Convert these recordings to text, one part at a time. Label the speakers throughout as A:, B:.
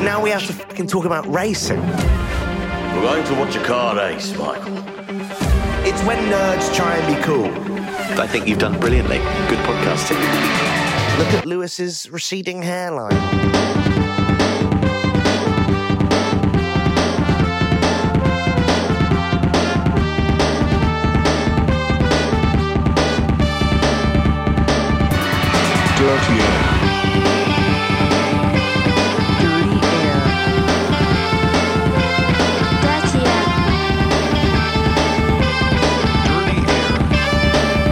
A: Now we have to fucking talk about racing.
B: We're going to watch a car race, Michael.
A: It's when nerds try and be cool.
B: I think you've done brilliantly. Good podcasting.
A: Look at Lewis's receding hairline.
C: Dirty air.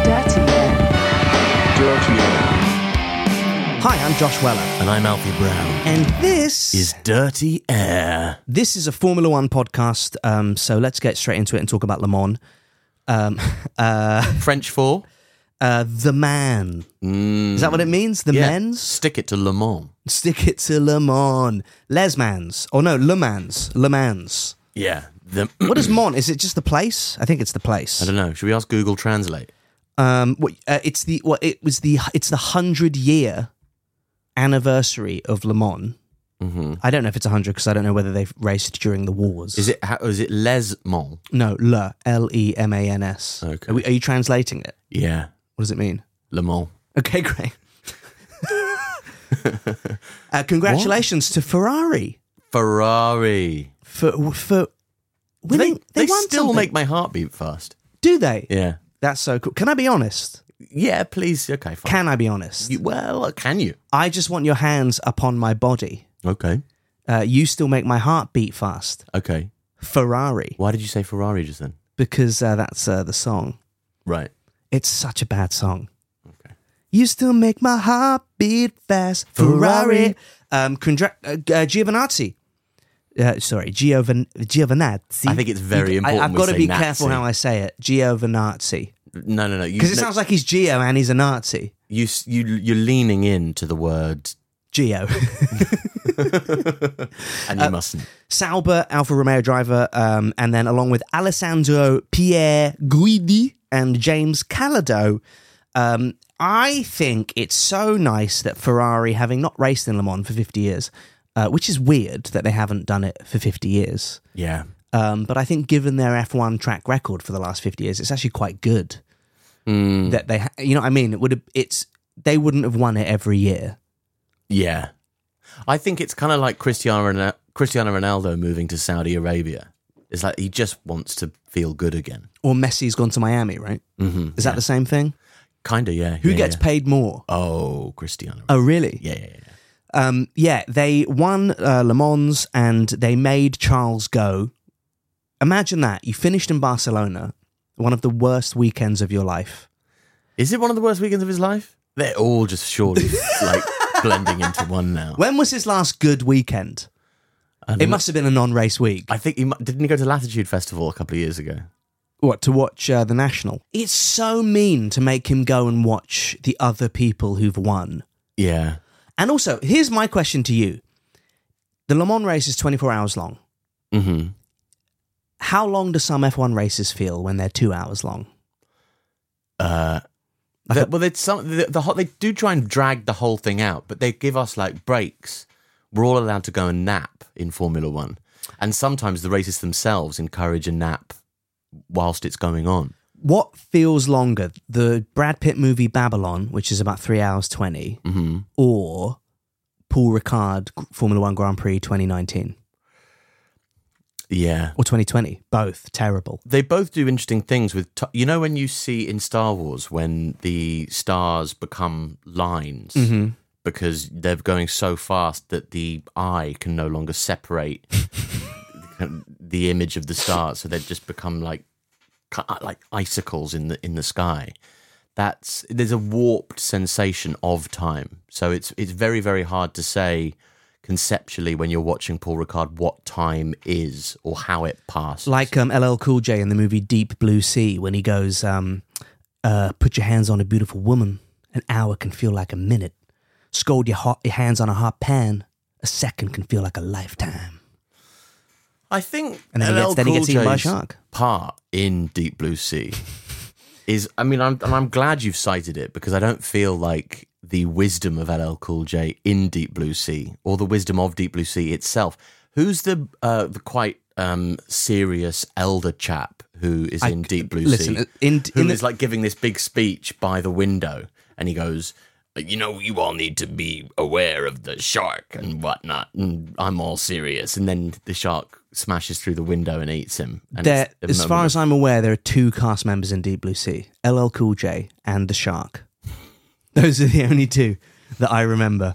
D: Dirty air.
C: Dirty air.
E: Hi, I'm Josh Weller,
F: And I'm Alfie Brown.
E: and this
F: Is Dirty Air.
E: this is a Formula One podcast. Um, so let's get straight into it and talk about Le Mans. Um, uh,
F: French for?
E: uh, the man. Is that what it means? The
F: Yeah.
E: men's?
F: Stick it to Le Mans.
E: Stick it to Le Mans. Les Mans. Oh no, Le Mans. Le Mans.
F: Yeah. The,
E: What is Mon? Is it just the place? I think it's the place.
F: I don't know. Should we ask Google Translate?
E: Um, what, uh, it's the what it was the it's the hundred year anniversary of Le Mans. I don't know if it's hundred because I don't know whether they've raced during the wars.
F: Mm-hmm. Is it, how, is it Les Mans?
E: No, Le L E M A N S.
F: Okay.
E: Are, we, are you translating it?
F: Yeah.
E: What does it mean?
F: Le Mans.
E: Okay, great. uh, congratulations to Ferrari
F: Ferrari.
E: for for winning.
F: they,
E: won
F: still
E: something.
F: make my heart beat fast.
E: Do they?
F: Yeah.
E: That's so cool. Can I be honest?
F: Yeah, please. Okay, fine.
E: Can I be honest?
F: you, well, uh, can you?
E: I just want your hands upon my body.
F: Okay.
E: Uh, you still make my heart beat fast.
F: Okay.
E: Ferrari,
F: Why did you say Ferrari just then?
E: because uh, that's uh, the song.
F: Right.
E: It's such a bad song. You still make my heart beat fast, Ferrari.
F: Ferrari.
E: Um, Condra- uh, uh, Giovinazzi. Uh, sorry, Giovan- Giovinazzi.
F: I think it's very important
E: I, have
F: we
E: got to
F: say
E: be
F: Nazi.
E: careful how I say it. Giovinazzi.
F: No, no, no. You-
E: Because it
F: no,
E: sounds like he's Gio and he's a Nazi.
F: you, s- you, you're leaning into the word,
E: Gio.
F: and you mustn't.
E: Sauber, Alfa Romeo driver, um, and then along with Alessandro Pierre Guidi and James Calado. Um, I think it's so nice that Ferrari, having not raced in Le Mans for 50 years, uh, which is weird that they haven't done it for 50 years.
F: Yeah.
E: Um, but I think given their F1 track record for the last 50 years, it's actually quite good
F: Hmm.
E: that they, ha- you know what I mean? It would have, it's, they wouldn't have won it every year.
F: Yeah. I think it's kind of like Cristiano, Rona- Cristiano Ronaldo moving to Saudi Arabia. It's like he just wants to feel good again.
E: Or Messi's gone to Miami, right?
F: Mm-hmm.
E: Is that the same thing?
F: Kind of, yeah.
E: Who
F: yeah,
E: gets
F: yeah.
E: paid more?
F: Oh, Cristiano.
E: Oh, really?
F: Yeah, yeah, yeah, yeah.
E: Um, yeah, they won uh, Le Mans and they made Charles go. Imagine that. You finished in Barcelona, one of the worst weekends of your life.
F: Is it one of the worst weekends of his life? They're all just surely like blending into one now.
E: When was his last good weekend?
F: And
E: It must have been a non race week.
F: I think he mu- didn't he go to Latitude Festival a couple of years ago.
E: What, to watch uh, the National? It's so mean to make him go and watch the other people who've won.
F: Yeah.
E: And also, here's my question to you The Le Mans race is 24 hours long.
F: Mm-hmm.
E: How long do some F1 races feel when they're two hours long?
F: Uh,
E: Like
F: the-
E: a-
F: well, it's some the, the whole, they do try and drag the whole thing out, but they give us like breaks. We're all allowed to go and nap in Formula One, and sometimes the races themselves encourage a nap whilst it's going on.
E: What feels longer, the Brad Pitt movie Babylon, which is about three hours 20,
F: Mm-hmm.
E: or Paul Ricard Formula One Grand Prix 2019
F: Yeah,
E: or 2020? Both terrible.
F: they both do interesting things with t- you know when you see in Star Wars when the stars become lines because they're going so fast that the eye can no longer separate the image of the stars so they just become like cu- like icicles in the in the sky that's there's a warped sensation of time. So it's it's very very hard to say conceptually when you're watching Paul Ricard what time is or how it passed.
E: like um, LL Cool J in the movie Deep Blue Sea when he goes, um, uh, "Put your hands on a beautiful woman. An hour can feel like a minute. Scold your, hot, your hands on a hot pan. A second can feel like a lifetime."
F: I think
E: And then he
F: LL
E: gets- then he
F: Cool
E: gets eaten by a
F: J's
E: shark.
F: Part in Deep Blue Sea is, I mean, I'm and I'm glad you've cited it because I don't feel like the wisdom of LL Cool J in Deep Blue Sea or the wisdom of Deep Blue Sea itself. Who's the uh, the quite um, serious elder chap who is in Deep Blue
E: listen,
F: Sea?
E: in-
F: who
E: in the-
F: is like giving this big speech by the window, and he goes. You know, you all need to be aware of the shark and whatnot. And I'm all serious. And then the shark smashes through the window and eats him. And
E: There,
F: it's a
E: as far
F: moment
E: as I'm aware, there are two cast members in Deep Blue Sea: LL Cool J and the Shark. Those are the only two that I remember.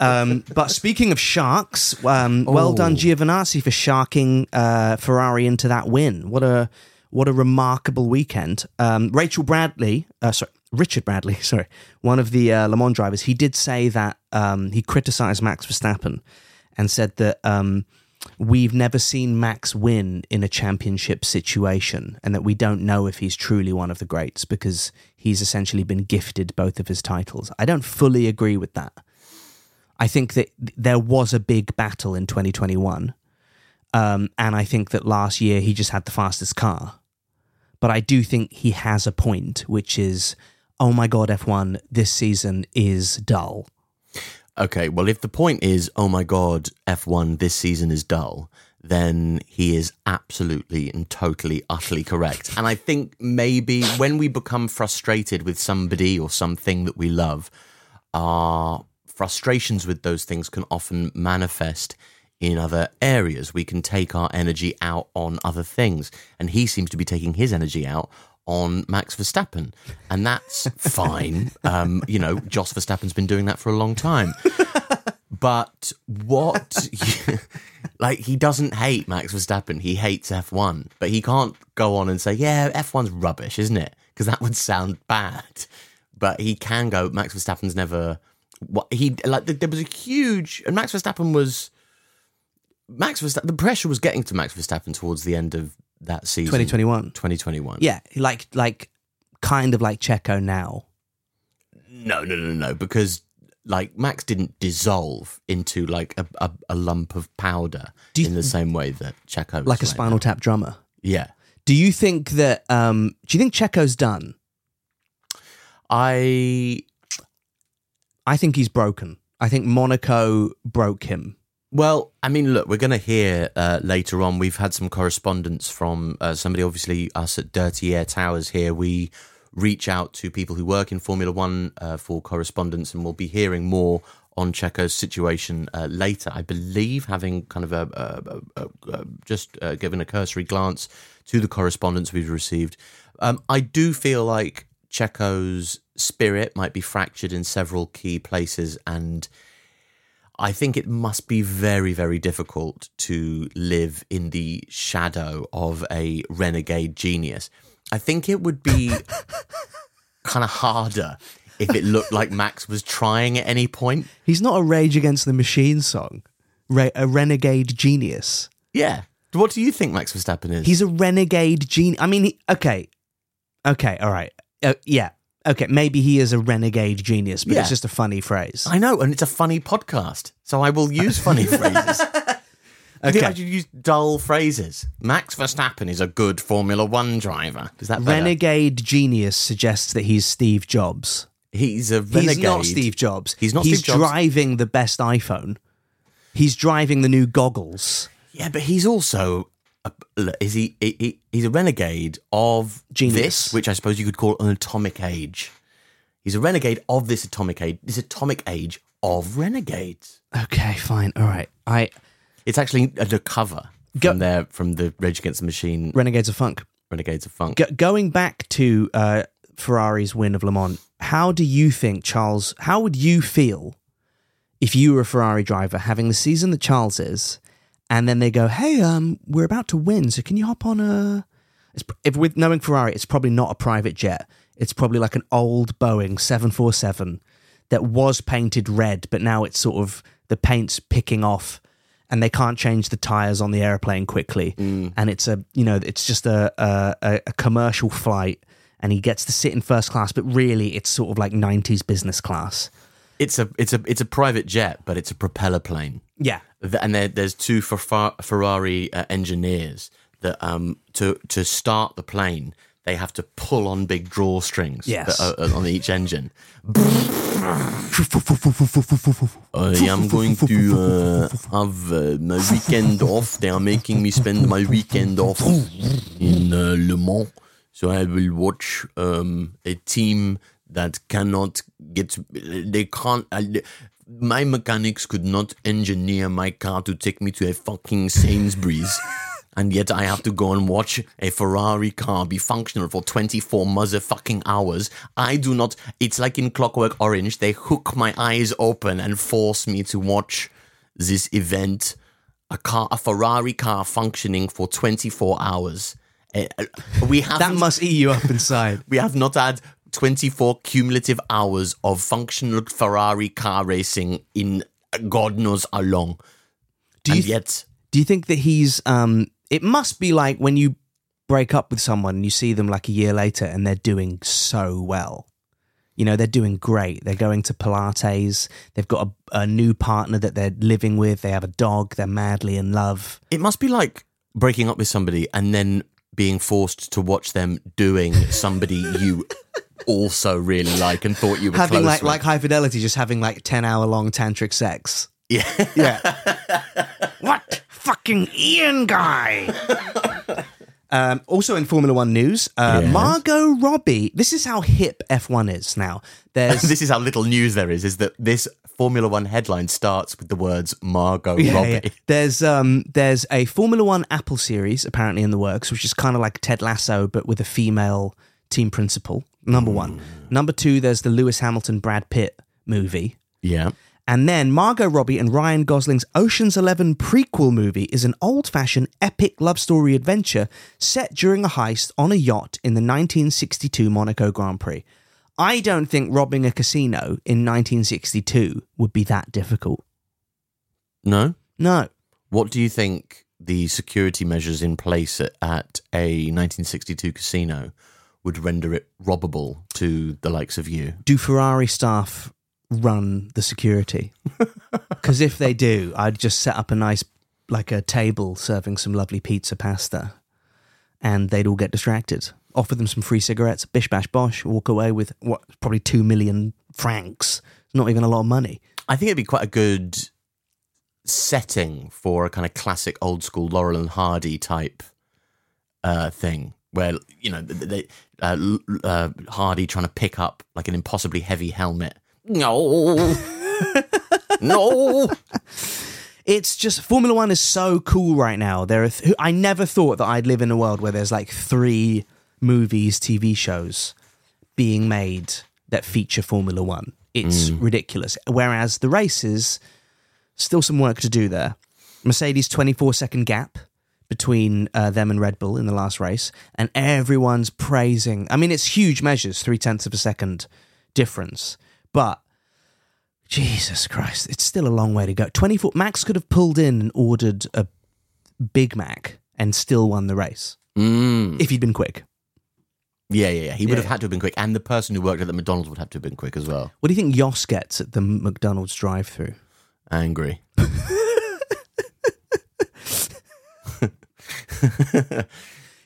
E: um, but speaking of sharks, um, well done Giovinazzi for sharking uh, Ferrari into that win. What a what a remarkable weekend. Um, Rachel Bradley, uh, sorry, Richard Bradley, sorry, one of the uh, Le Mans drivers. He did say that um, he criticised Max Verstappen and said that um, we've never seen Max win in a championship situation, and that we don't know if he's truly one of the greats because he's essentially been gifted both of his titles. I don't fully agree with that. I think that there was a big battle in 2021. Um, and I think that last year he just had the fastest car. But I do think he has a point, which is, oh my God, F1, this season is dull.
F: Okay, well, if the point is, oh my God, F1 this season is dull, then he is absolutely and totally, utterly correct. And I think maybe when we become frustrated with somebody or something that we love, our frustrations with those things can often manifest in other areas. We can take our energy out on other things. And he seems to be taking his energy out on Max Verstappen. And that's fine. Um, you know, Jos Verstappen's been doing that for a long time. But what, like, he doesn't hate Max Verstappen. He hates F1, but he can't go on and say, yeah, F1's rubbish, isn't it? Because that would sound bad. But he can go, Max Verstappen's never, what he, like, th- there was a huge, and Max Verstappen was, Max Verstappen, the pressure was getting to Max Verstappen towards the end of that season.
E: 2021.
F: 2021.
E: Yeah, like, like, kind of like Checo now.
F: No, no, no, no, because like Max didn't dissolve into like a, a, a lump of powder
E: Do you-
F: in the same way that Checo was
E: like a
F: right
E: spinal
F: now.
E: tap drummer.
F: Yeah,
E: Do you think that? Um, do you think Checo's done?
F: I
E: I think he's broken. I think Monaco broke him.
F: Well, I mean, look, we're going to hear uh, later on. We've had some correspondence from uh, somebody, obviously, us at Dirty Air Towers here. We reach out to people who work in Formula One uh, for correspondence, and we'll be hearing more on Checo's situation uh, later. I believe, having kind of a, a, a, a just uh, given a cursory glance to the correspondence we've received, um, I do feel like Checo's spirit might be fractured in several key places and. I think it must be very, very difficult to live in the shadow of a renegade genius. I think it would be kind of harder if it looked like Max was trying at any point.
E: He's not a Rage Against the Machine song, Re- a renegade genius.
F: Yeah. What do you think Max Verstappen is?
E: He's a renegade genius. I mean, he, okay, okay, all right, uh, yeah, okay. Maybe he is a renegade genius, but
F: Yeah.
E: it's just a funny phrase.
F: I know, and it's a funny podcast, so I will use funny phrases. I think I
E: Okay.
F: should use dull phrases. Max Verstappen is a good Formula One driver. Is that better?
E: renegade genius suggests that he's Steve Jobs.
F: He's a renegade.
E: He's not Steve Jobs.
F: He's not Steve Jobs.
E: driving the best iPhone. He's driving the new goggles.
F: Yeah, but he's also a, look, is he, he- he he's a renegade of
E: Genius.
F: this, which I suppose you could call an atomic age. He's a renegade of this atomic age, this atomic age of renegades.
E: Okay, fine. All right. I
F: It's actually a cover
E: Go-
F: from there from the Rage Against the Machine
E: Renegades of Funk.
F: Renegades of Funk.
E: Go going back to uh, Ferrari's win of Le Mans, how do you think Charles? How would you feel if you were a Ferrari driver having the season that Charles is, and then they go, "Hey, um, we're about to win, so can you hop on a?" It's, if with knowing Ferrari, it's probably not a private jet. It's probably like an old Boeing 747 that was painted red, but now it's sort of the paint's picking off and they can't change the tires on the airplane quickly. And it's a, you know, it's just a, a, a- a commercial flight and he gets to sit in first class, but really it's sort of like 90s business class.
F: It's a it's a it's a private jet, but it's a propeller plane.
E: Yeah.
F: Th- and there, there's two Ferfa- Ferrari uh, engineers that um to to start the plane they have to pull on big drawstrings
E: Yes.
F: that are, are on each engine. I am going to uh, have uh, my weekend off. They are making me spend my weekend off in uh, Le Mans, so I will watch um, a team that cannot get. They can't. I- my mechanics could not engineer my car to take me to a fucking Sainsbury's. And yet I have to go and watch a Ferrari car be functional for 24 motherfucking hours. I do not. It's like in Clockwork Orange. They hook my eyes open and force me to watch this event. A car, a Ferrari car functioning for 24 hours. Eh, eh, We have
E: That must eat you up inside.
F: we have not had 24 cumulative hours of functional Ferrari car racing in God knows how long.
E: Do you th-
F: and yet,
E: Do you think that he's um it must be like when you break up with someone and you see them like a year later and they're doing so well. You know, they're doing great. They're going to Pilates. They've got a, a new partner that they're living with. They have a dog. They're madly in love.
F: it must be like breaking up with somebody and then being forced to watch them doing somebody you also really like and thought you were
E: having
F: close
E: like
F: with.
E: like high fidelity, just having like ten hour long tantric sex.
F: yeah.
E: What fucking Ian guy? um, also in Formula One news, uh,
F: Yes.
E: Margot Robbie. This is how hip F1 is now. There's
F: this is how little news there is, is that this Formula One headline starts with the words Margot
E: Yeah,
F: Robbie.
E: yeah. There's um there's a Formula One Apple series apparently in the works, which is kind of like Ted Lasso but with a female team principal. Number one.
F: Mm.
E: Number two. There's the Lewis Hamilton Brad Pitt movie.
F: Yeah.
E: And then Margot Robbie and Ryan Gosling's Ocean's Eleven prequel movie is an old fashioned epic love story adventure set during a heist on a yacht in the 1962 Monaco Grand Prix. I don't think robbing a casino in 1962 would be that difficult.
F: No?
E: No.
F: What do you think the security measures in place at, at a 1962 casino would render it robbable to the likes of you?
E: do Ferrari staff run the security? Because if they do, I'd just set up a nice, like a table serving some lovely pizza pasta and they'd all get distracted. Offer them some free cigarettes, bish bash bosh, walk away with what, probably two million francs. Not even a lot of money.
F: I think it'd be quite a good setting for a kind of classic old school Laurel and Hardy type uh, thing, where you know th- they, uh, L- uh, Hardy trying to pick up like an impossibly heavy helmet. No, no,
E: It's just Formula One is so cool right now. There are th- I never thought that I'd live in a world where there's like three movies, TV shows being made that feature Formula One. It's ridiculous. Whereas the races, still some work to do there. Mercedes 24 second gap between uh, them and Red Bull in the last race, and everyone's praising. I mean, it's huge measures, three tenths of a second difference, but Jesus Christ, it's still a long way to go. 24 Max could have pulled in and ordered a Big Mac and still won the race
F: mm.
E: if he'd been quick.
F: yeah, yeah, yeah. He would have
E: Yeah.
F: had to have been quick, and the person who worked at the McDonald's would have to have been quick as well.
E: What do you think Yoss gets at the McDonald's drive-through?
F: angry.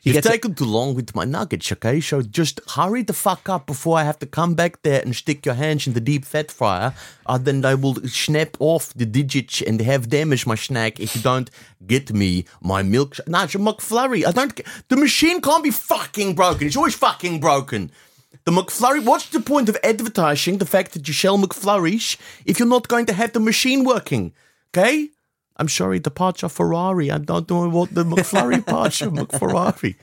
F: You've
E: gets a-
F: taken too long with my nuggets, okay? So just hurry the fuck up before I have to come back there and stick your hands in the deep fat fryer. Uh, then I will snap off the digits and have damage my snack if you don't get me my milkshake. Nah, it's a McFlurry. I don't. ca- The machine can't be fucking broken. It's always fucking broken. The McFlurry. What's the point of advertising the fact that you shall McFlourish if you're not going to have the machine working? Okay. I'm sorry, the parts are Ferrari. I don't know what the McFlurry parts of McFerrari.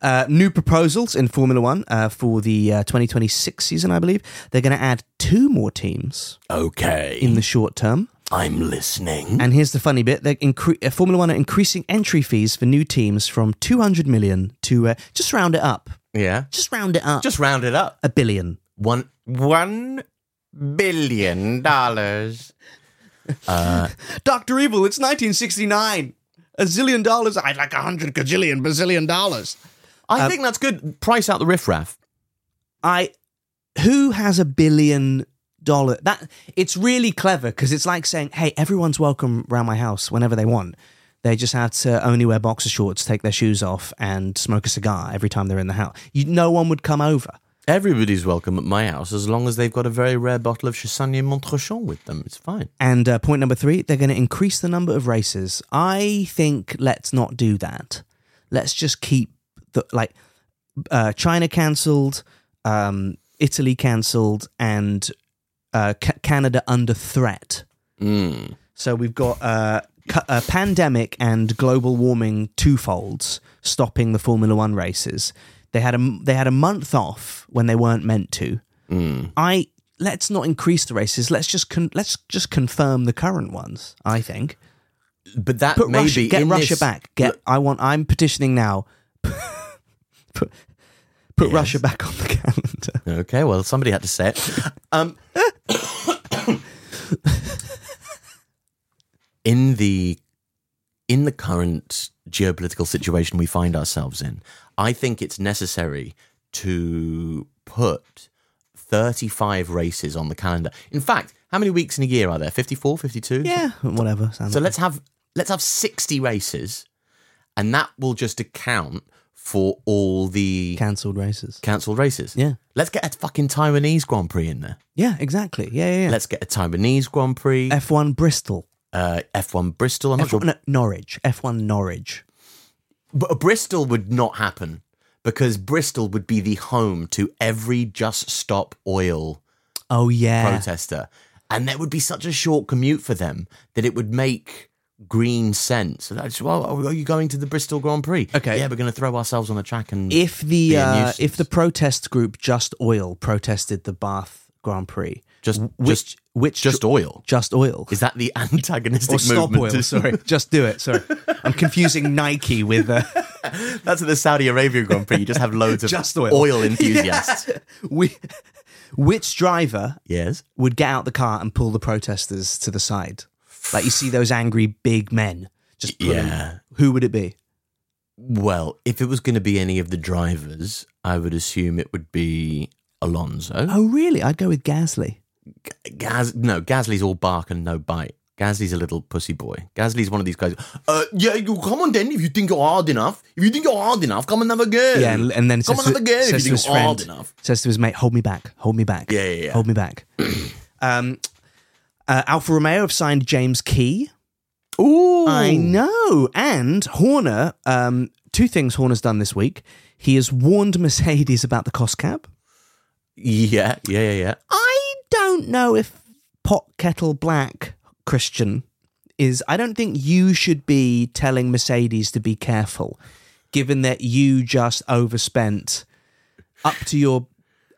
E: Uh, new proposals in Formula One uh, for the uh, 2026 season, I believe. They're going to add two more teams
F: Okay,
E: in the short term.
F: I'm listening.
E: And here's the funny bit: they're incre- uh, Formula One are increasing entry fees for new teams from 200 million to uh, just round it up
F: Yeah.
E: Just round it up.
F: Just round it up.
E: a billion.
F: One one billion dollars.
E: Dr. Evil, it's 1969. A zillion dollars. I'd like a hundred gajillion bazillion dollars.
F: I think that's good. Price out the riffraff.
E: I who has a billion dollar that it's really clever because it's like saying, hey, everyone's welcome round my house whenever they want. They just have to only wear boxer shorts, take their shoes off, and smoke a cigar every time they're in the house. You, no one would come over.
F: Everybody's welcome at my house as long as they've got a very rare bottle of Chassagne Montrechon with them. It's fine.
E: And uh, point number three, they're going to increase the number of races. I think let's not do that. Let's just keep the like uh, China cancelled, um, Italy cancelled, and uh, ca- Canada under threat. So we've got uh, cu- a pandemic and global warming twofolds stopping the Formula One races. They had a m- they had a month off when they weren't meant to. I let's not increase the races. Let's just con- let's just confirm the current ones. I think
F: But that
E: put
F: maybe
E: Russia get
F: in
E: Russia
F: this-
E: back. Get I want. I'm petitioning now. put put Russia back on the calendar.
F: Okay, well, somebody had to say it. Um, in the in the current geopolitical situation we find ourselves in, I think it's necessary to put 35 races on the calendar. In fact, how many weeks in a year are there? 54, 52?
E: Yeah, whatever. sounds
F: So
E: like-
F: let's have let's have 60 races and that will just account for all the
E: cancelled races.
F: cancelled races.
E: Yeah.
F: Let's get a fucking Taiwanese Grand Prix in there.
E: Yeah, exactly. Yeah, yeah. yeah.
F: Let's get a Taiwanese Grand Prix, F-
E: F1 Bristol.
F: uh, F1 Bristol. I'm not
E: F1
F: sure.
E: no, Norwich. F1 Norwich.
F: But a Bristol would not happen because Bristol would be the home to every Just Stop Oil
E: Oh yeah.
F: protester. And that would be such a short commute for them that it would make green sense. So that's, well, are you going to the Bristol Grand Prix?
E: Okay.
F: Yeah, we're going to throw ourselves on the track and.
E: If the
F: Be a
E: uh,
F: nuisance.
E: if the protest group Just Oil protested the Bath Grand Prix,
F: Just-
E: which
F: just-
E: which
F: just oil.
E: Just Oil
F: Is that the antagonistic
E: or Stop
F: movement?
E: Oil? Sorry, just do it. Sorry, I'm confusing Nike with uh,
F: That's at the Saudi Arabia Grand Prix. You just have loads of
E: Just Oil.
F: enthusiasts.
E: we, which driver
F: Yes.
E: would get out the car and pull the protesters to the side. Like you see those angry big men just pulling.
F: Yeah.
E: Who would it be?
F: Well, if it was going to be any of the drivers, I would assume it would be Alonso.
E: Oh, really? I'd go with Gasly.
F: Gaz- no, Gasly's all bark and no bite. Gasly's a little pussy boy. Gasly's one of these guys. Uh, yeah, you come on then. If you think you're hard enough, if you think you're hard enough, come and have a go.
E: Yeah, and, and then
F: come
E: says
F: and have a go.
E: to,
F: If
E: says
F: you
E: to his
F: think you're hard
E: friend,
F: enough.
E: says to his mate, "Hold me back, hold me back,
F: Yeah, yeah, yeah.
E: hold me back." um, uh, Alfa Romeo have signed James Key.
F: Ooh,
E: I know. And Horner, um, two things Horner's done this week. He has warned Mercedes about the cost cap.
F: Yeah, yeah, yeah, yeah.
E: I don't know if pot kettle black Christian is. I don't think you should be telling Mercedes to be careful, given that you just overspent up to your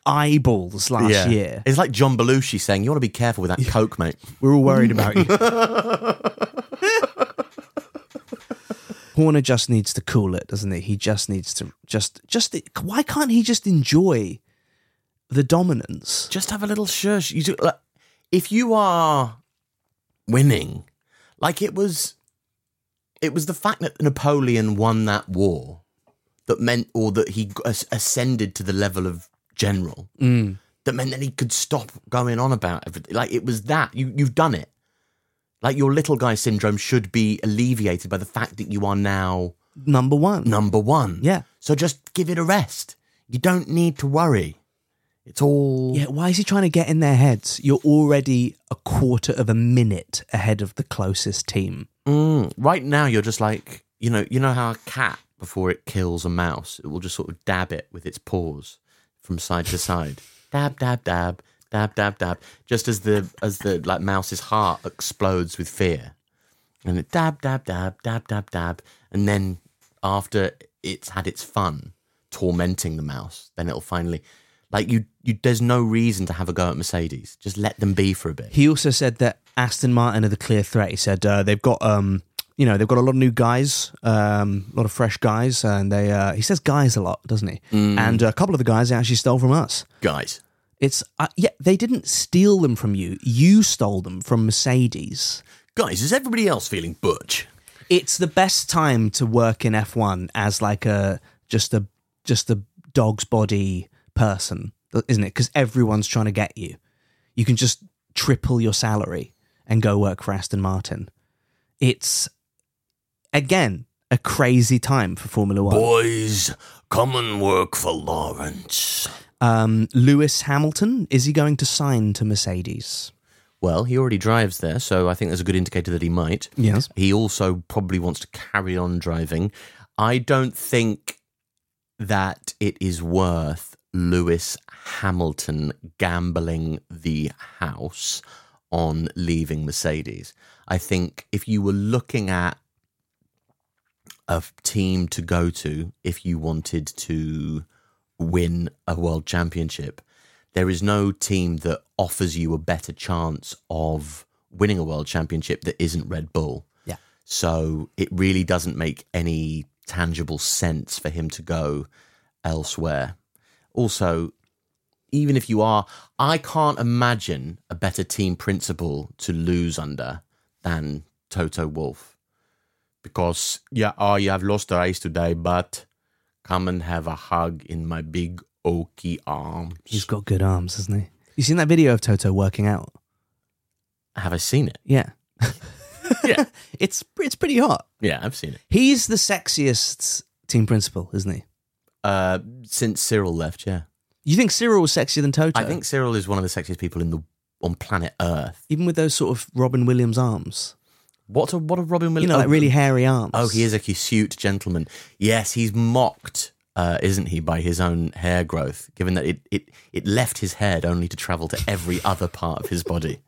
E: eyeballs last
F: yeah.
E: year.
F: It's like John Belushi saying, "You want to be careful with that coke, mate."
E: We're all worried about you. Horner just needs to cool it, doesn't he? He just needs to just just. Why can't he just enjoy the dominance?
F: just have a little shush. You do, like, if you are winning, like it was, it was the fact that Napoleon won that war that meant, or that he as- ascended to the level of general that meant that he could stop going on about everything. Like it was that you you've done it. Like your little guy syndrome should be alleviated by the fact that you are now
E: Number one.
F: number one.
E: Yeah.
F: So just give it a rest. You don't need to worry. It's all
E: Yeah, why is he trying to get in their heads? You're already a quarter of a minute ahead of the closest team.
F: Mm, right now, you're just like you know, you know how a cat before it kills a mouse, it will just sort of dab it with its paws from side to side, dab, dab, dab, dab, dab, dab, just as the as the like mouse's heart explodes with fear, and it dab, dab, dab, dab, dab, dab, and then after it's had its fun tormenting the mouse, then it'll finally. Like you, you, there's no reason to have a go at Mercedes. Just let them be for a bit.
E: He also said that Aston Martin are the clear threat. He said uh, they've got um, you know they've got a lot of new guys, um, a lot of fresh guys, and they uh, he says guys a lot, doesn't he? And a couple of the guys they actually stole from us.
F: guys.
E: It's uh, yeah, they didn't steal them from you. You stole them from Mercedes.
F: Guys, is everybody else feeling butch?
E: It's the best time to work in F1 as like a just a just a dog's body person, isn't it? Because everyone's trying to get you. You can just triple your salary and go work for Aston Martin. It's again a crazy time for Formula One.
F: Boys, come and work for Lawrence.
E: Um, Lewis Hamilton is he going to sign to Mercedes?
F: Well, he already drives there, so I think there's a good indicator that he might.
E: Yes.
F: He also probably wants to carry on driving. I don't think that it is worth Lewis Hamilton gambling the house on leaving Mercedes. I think if you were looking at a team to go to if you wanted to win a world championship. There is no team that offers you a better chance of winning a world championship that isn't Red Bull.
E: Yeah.
F: So it really doesn't make any tangible sense for him to go elsewhere. Also, even if you are, I can't imagine a better team principle to lose under than Toto Wolf because yeah, oh, yeah, I've lost the race today, but come and have a hug in my big oaky arms.
E: He's got good arms, hasn't he? You seen that video of Toto working out?
F: Have I seen it?
E: Yeah. yeah. It's it's pretty hot.
F: Yeah, I've seen it.
E: He's the sexiest team principal, isn't he?
F: Uh, since Cyril left, yeah,
E: You think Cyril was sexier than Toto?
F: I think Cyril is one of the sexiest people in the on planet Earth.
E: even with those sort of Robin Williams arms.
F: What a what a Robin
E: You
F: Williams!
E: know, like really hairy arms.
F: um, Oh, he is a cute gentleman. Yes, he's mocked, uh, isn't he, by his own hair growth, given that it, it, it left his head only to travel to every other part of his body.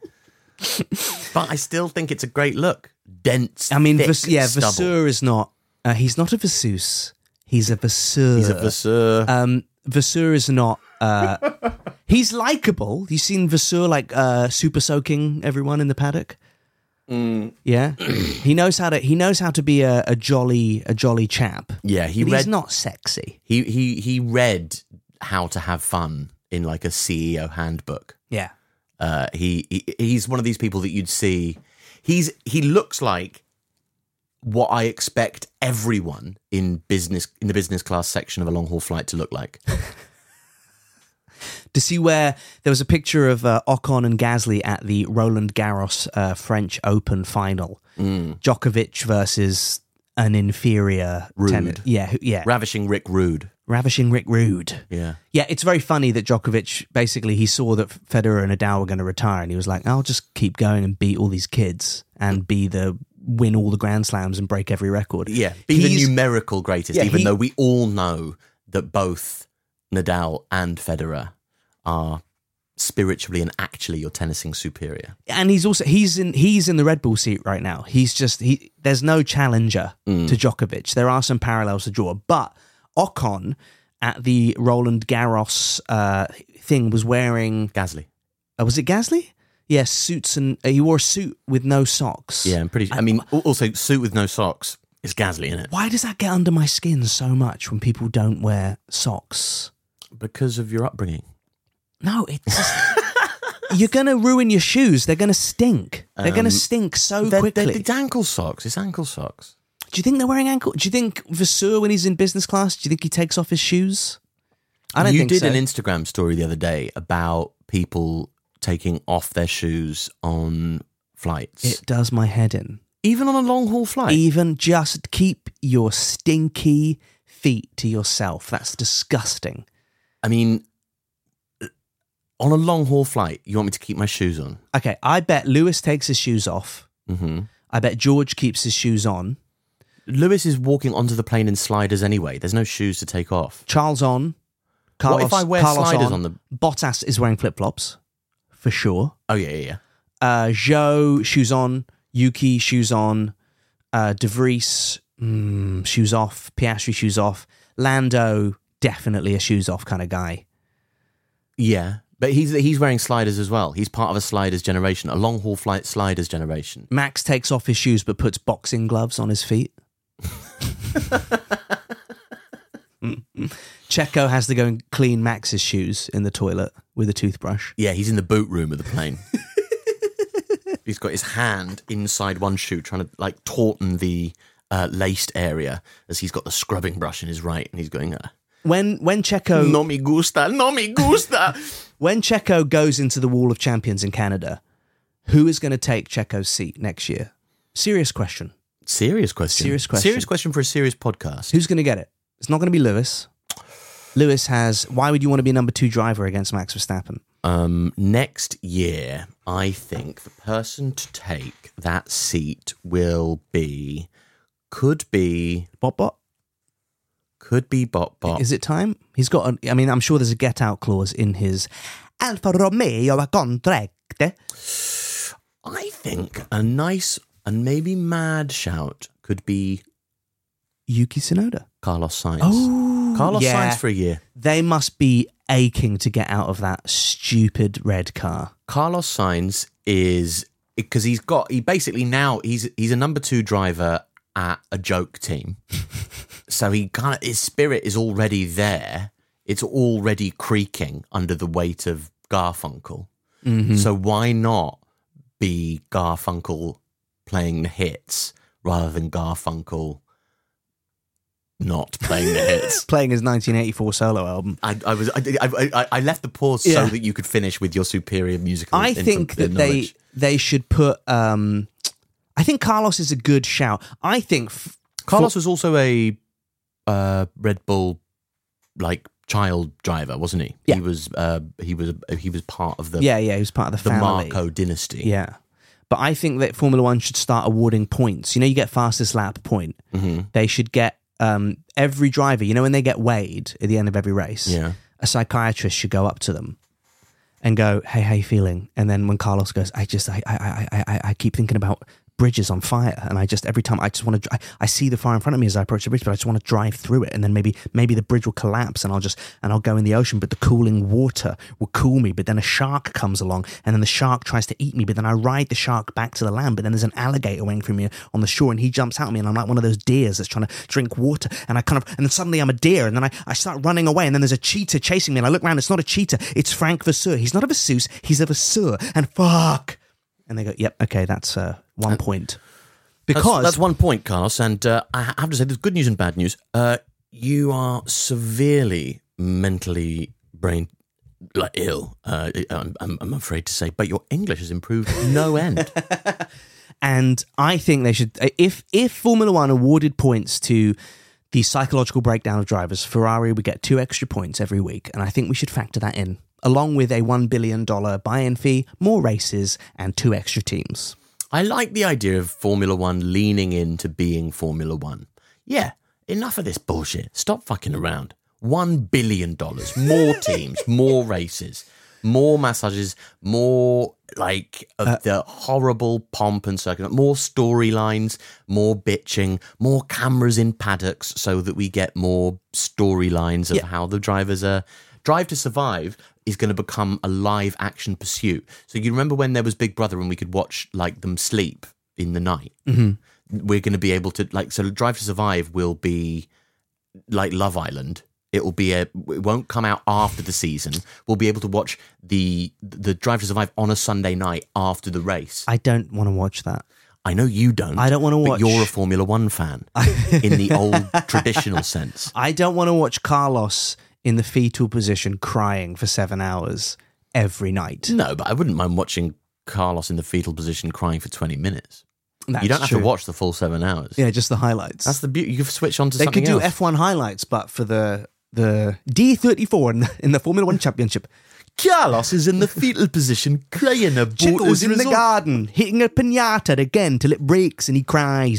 F: but I still think it's a great look. Dense.
E: I mean,
F: thick
E: Vas- yeah,
F: stubble.
E: Vasseur is not. Uh, he's not a Vasseuse. He's a Vasseur.
F: He's a Vasseur.
E: Um, Vasseur is not. Uh, he's likable. You seen Vasseur like uh, super soaking everyone in the paddock.
F: Mm.
E: Yeah, he knows how to. He knows how to be a, a jolly, a jolly chap.
F: yeah, he
E: But
F: read.
E: he's not sexy.
F: he he he read how to have fun in like a CEO handbook.
E: Yeah,
F: Uh, he, he he's one of these people that you'd see. He's he looks like what I expect everyone in business in the business class section of a long haul flight to look like.
E: to see where there was a picture of uh, Ocon and Gasly at the Roland Garros uh, French Open final.
F: Mm.
E: Djokovic versus an inferior
F: Rude.
E: tennis- Yeah, who- yeah.
F: Ravishing Rick Rude.
E: Ravishing Rick Rude.
F: Yeah.
E: Yeah, it's very funny that Djokovic basically he saw that Federer and Nadal were going to retire, and he was like, "I'll just keep going and beat all these kids and be the win all the Grand Slams and break every record."
F: Yeah. Be
E: He's-
F: the numerical greatest,
E: Yeah,
F: even
E: he-
F: though we all know that both Nadal and Federer are spiritually and actually your tennising superior.
E: and he's also he's in he's in the Red Bull seat right now. He's just he there's no challenger
F: Mm.
E: to Djokovic. There are some parallels to draw, but Ocon at the Roland Garros uh, thing was wearing
F: Gasly.
E: uh, was it Gasly? Yes, suits and uh, he wore a suit with no socks.
F: Yeah, I'm pretty I mean al- also suit with no socks is Gasly, isn't it?
E: Why does that get under my skin so much when people don't wear socks?
F: Because of your upbringing.
E: No, it's just, you're gonna ruin your shoes. They're gonna stink. They're gonna stink so
F: Um, They're-
E: quickly.
F: they're- it's ankle socks. It's ankle socks.
E: Do you think they're wearing ankle? Do you think Vasseur, when he's in business class, do you think he takes off his shoes? I don't
F: you
E: think
F: did
E: so.
F: an Instagram story the other day about people taking off their shoes on flights, E-
E: it does my head in.
F: even on a long haul flight.
E: Even just keep your stinky feet to yourself. That's disgusting.
F: I mean, uh, on a long haul flight, you want me to keep my shoes on?
E: Okay, I bet Lewis takes his shoes off.
F: Mm-hmm.
E: I bet George keeps his shoes on.
F: Lewis is walking onto the plane in sliders anyway. There's no shoes to take off.
E: Charles on. Carlos,
F: if I wear
E: Carlos
F: sliders on the-
E: Bottas is wearing flip flops for sure.
F: Oh yeah, yeah, yeah.
E: uh, Joe shoes on, Yuki shoes on, uh, De Vries mm, shoes off, Piastri shoes off, Lando definitely a shoes off kind of guy.
F: Yeah, But he's he's wearing sliders as well. He's part of a sliders generation, a long haul flight sliders generation.
E: Max takes off his shoes but puts boxing gloves on his feet. Checo has to go and clean Max's shoes in the toilet with a toothbrush.
F: Yeah, he's in the boot room of the plane. he's got his hand inside one shoe, trying to like tauten the uh, laced area as he's got the scrubbing brush in his right, and he's going, uh,
E: When when Checo
F: "No me gusta, no me gusta."
E: when Checo goes into the Wall of Champions in Canada, who is going to take Checo's seat next year? Serious question.
F: serious question.
E: Serious question.
F: Serious question for a serious podcast.
E: Who's going to get it? It's not going to be Lewis. Lewis has. Why would you want to be number two driver against Max Verstappen?
F: Um, next year, I think the person to take that seat will be, could be,
E: Bot bot.
F: could be Bot Bot.
E: Is it time? He's got. An, I mean, I'm sure there's a get out clause in his Alfa Romeo contract.
F: I think a nice and maybe mad shout could be
E: Yuki Tsunoda.
F: Carlos Sainz.
E: Oh,
F: Carlos
E: yeah.
F: Sainz for a year.
E: They must be aching to get out of that stupid red car.
F: Carlos Sainz is because he's got he basically now he's he's a number two driver at a joke team, so he kind of his spirit is already there. It's already creaking under the weight of Garfunkel.
E: Mm-hmm.
F: So why not be Garfunkel playing the hits rather than Garfunkel not playing the hits?
E: Playing his 1984 solo album.
F: I, I was I, I, I- I left the pause
E: Yeah.
F: so that you could finish with your superior musical.
E: I
F: inf-
E: think that they
F: knowledge.
E: they should put. um I think Carlos is a good shout. I think f-
F: Carlos was also a uh, Red Bull like child driver, wasn't he?
E: Yeah.
F: He was uh, he was he was part of the
E: yeah, yeah, he was part of the,
F: the
E: family.
F: Marco dynasty.
E: Yeah. But I think that Formula One should start awarding points. You know, you get fastest lap point. They should get um, every driver, you know, when they get weighed at the end of every race,
F: Yeah.
E: a psychiatrist should go up to them and go, hey, how you feeling? And then when Carlos goes, I just, I, I, I, I- I, I keep thinking about bridges on fire. And I just, every time I just want to, I, I see the fire in front of me as I approach the bridge, but I just want to drive through it. And then maybe, maybe the bridge will collapse and I'll just, and I'll go in the ocean, but the cooling water will cool me. But then a shark comes along and then the shark tries to eat me. But then I ride the shark back to the land. But then there's an alligator waiting for me on the shore and he jumps out at me. And I'm like one of those deers that's trying to drink water. And I kind of, and then suddenly I'm a deer. And then I, I start running away. And then there's a cheetah chasing me. And I look around. It's not a cheetah. It's Frank Vasseur. He's not a Vasseuse. He's a Vasseur. And fuck. And they go, yep, okay, that's uh, one point.
F: That's,
E: Because
F: that's one point, Carlos. And uh, I ha- have to say, there's good news and bad news. Uh, you are severely mentally brain like ill. Uh, I'm, I'm, I'm afraid to say, but your English has improved no end.
E: and I think they should if if Formula One awarded points to the psychological breakdown of drivers, Ferrari would get two extra points every week, and I think we should factor that in, along with a one billion dollar buy-in fee, more races, and two extra teams.
F: I like the idea of Formula One leaning into being Formula One. Yeah, enough of this bullshit. Stop fucking around. One billion dollars, more teams, more races, more massages, more like of the horrible pomp and circumstance, more storylines, more bitching, more cameras in paddocks, so that we get more storylines of how the drivers are. Drive to Survive is going to become a live action pursuit. So you remember when there was Big Brother and we could watch like them sleep in the night.
E: Mm-hmm.
F: We're going to be able to like so Drive to Survive will be like Love Island. It will be a. It won't come out after the season. We'll be able to watch the the Drive to Survive on a Sunday night after the race.
E: I don't want to watch that.
F: I know you don't.
E: I don't wanna
F: but
E: watch-
F: You're a Formula One fan in the old traditional sense.
E: I don't want to watch Carlos in the fetal position crying for seven hours every night.
F: No, but I wouldn't mind watching Carlos in the fetal position crying for twenty minutes.
E: That's
F: you don't have
E: true.
F: to watch the full seven hours.
E: Yeah, just the highlights.
F: That's the beauty. You can switch on to
E: they
F: something
E: could do
F: else.
E: F1 highlights, but for the the D34 in the, in the Formula One Championship.
F: Carlos is in the fetal position, crying about
E: Chico's
F: his
E: in the
F: result.
E: garden, hitting a pinata again till it breaks and he cries.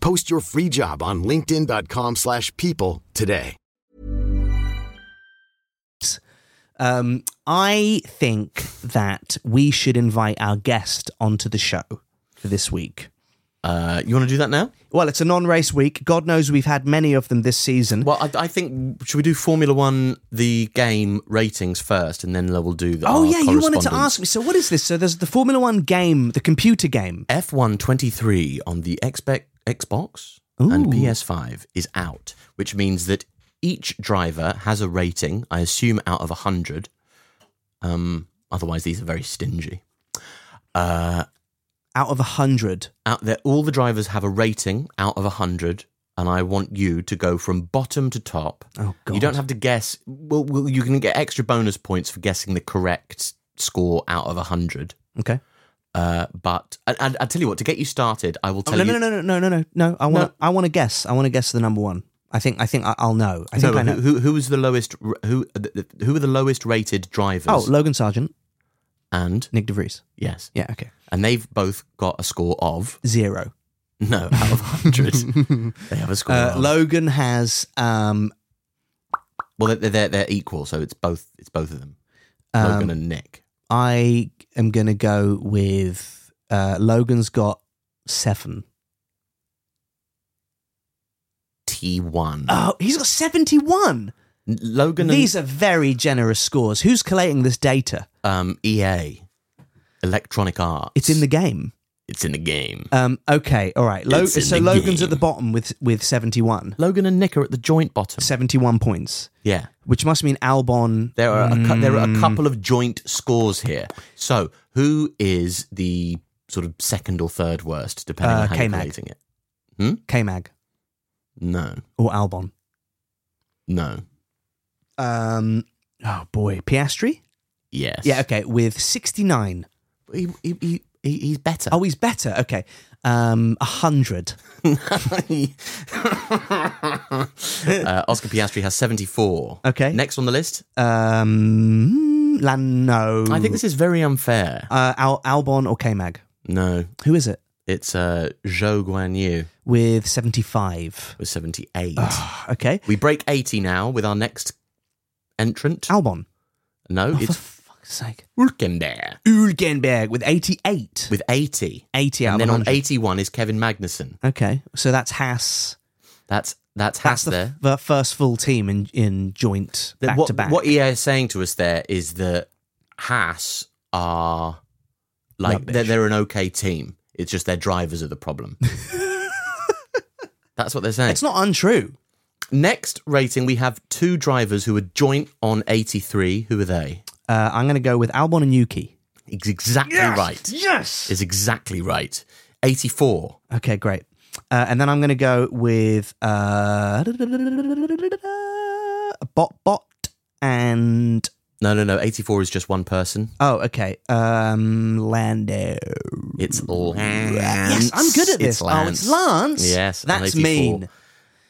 G: Post your free job on linkedin.com/people slash people today.
E: Um, I think that we should invite our guest onto the show for this week.
F: Uh, you want to do that now?
E: Well, it's a non-race week. God knows we've had many of them this season.
F: Well, I, I think should we do Formula One the game ratings first, and then we'll do the.
E: oh
F: our
E: yeah, you wanted to
F: correspondence.
E: ask me. So what is this? So there's the Formula One game, the computer game.
F: F1 23 on the Xbe- Xbox and PS5 is out, which means that each driver has a rating, I assume out of 100. Um, otherwise, these are very stingy. Uh,
E: Out of a hundred,
F: out there, all the drivers have a rating out of 100, and I want you to go from bottom to top.
E: Oh,
F: You don't
E: God.
F: have to guess. Well, well, you can get extra bonus points for guessing the correct score out of 100.
E: okay.
F: Uh, but and, and I'll tell you what, to get you started, I will
E: Oh,
F: tell
E: no,
F: you.
E: no, no, no, no, no, no, no. I want. to I want to guess. I want to guess the number one. I think. I think I- I'll know. I think
F: no,
E: I know.
F: who, who who was the lowest? r- Who the- the- who were the lowest rated drivers?
E: oh, Logan Sargent,
F: and
E: Nick DeVries.
F: yes,
E: Yeah. Okay.
F: and they've both got a score of
E: Zero.
F: no out of hundred. they have a score.
E: Uh,
F: of,
E: Logan has um,
F: well, they're, they're they're equal, so it's both it's both of them,
E: Um,
F: Logan and Nick.
E: I am going to go with uh, Logan's got seven.
F: T one.
E: Oh, he's got 71.
F: Logan
E: These are very generous scores. Who's collating this data?
F: and um, EA, Electronic Arts.
E: It's in the game.
F: it's in the game.
E: Um, okay, all right. Lo-
F: It's in
E: so
F: the
E: Logan's at
F: game.
E: the bottom with, with 71.
F: Logan and Nick are at the joint bottom.
E: 71 points,
F: yeah.
E: which must mean Albon.
F: There are a, cou- there are a
E: Mm.
F: couple of joint scores here. So who is the sort of second or third worst, depending
E: Uh,
F: on how you're
E: K-Mag.
F: calculating it?
E: K Mag
F: No,
E: or Albon.
F: no,
E: Um, oh, boy. Piastri?
F: yes,
E: Yeah, okay, with 69.
F: He, he, he, he- he's better.
E: Oh, he's better. Okay. Um, 100.
F: uh, Oscar Piastri has seventy four.
E: Okay.
F: next on the list.
E: Um, Lano.
F: I think this is very unfair.
E: uh, Al- Albon or K Mag.
F: no,
E: Who is it?
F: it's uh, Zhou Guan Yu
E: With 75.
F: with seventy eight.
E: Ah. okay.
F: we break eighty now with our next entrant.
E: Albon.
F: no,
E: Oh, for
F: it's
E: fuck's sake.
F: Urkenberg
E: Ulgenberg with 88.
F: with eighty.
E: 80 out of
F: and then on
E: 100.
F: 81 is Kevin Magnussen.
E: Okay. So that's Haas.
F: That's that's
E: That's
F: Haas
E: the,
F: there.
E: the first full team in, in joint
F: That
E: back
F: what,
E: to back.
F: what EA is saying to us there is that Haas are like they're,
E: Rubbish.
F: they're an okay team. It's just their drivers are the problem. that's what they're saying.
E: It's not untrue.
F: Next rating, we have two drivers who are joint on 83. Who are they?
E: Uh, I'm going to go with Albon and Yuki.
F: It's exactly right.
E: Yes.
F: Is exactly right. 84.
E: Okay, great. Uh, and then I'm going to go with uh, Bot Bot and.
F: No, no, no. 84 is just one person.
E: Oh, okay. Um, Lando.
F: It's Lance.
E: Mm. Yes, I'm good at this.
F: It's Lance.
E: Oh, it's Lance.
F: Yes, on
E: that's
F: 84.
E: mean.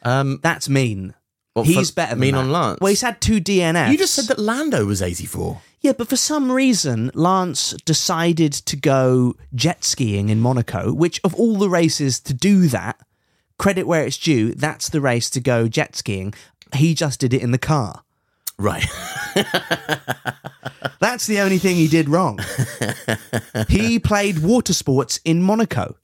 F: Um,
E: That's mean.
F: Well,
E: he's
F: for-
E: better. Than
F: mean
E: that.
F: on Lance.
E: Well, he's had two DNFs.
F: You just said that Lando was 84.
E: Yeah, but for some reason, Lance decided to go jet skiing in Monaco, which of all the races to do that credit where it's due, that's the race to go jet skiing. He just did it in the car.
F: Right.
E: That's the only thing he did wrong. he played water sports in Monaco.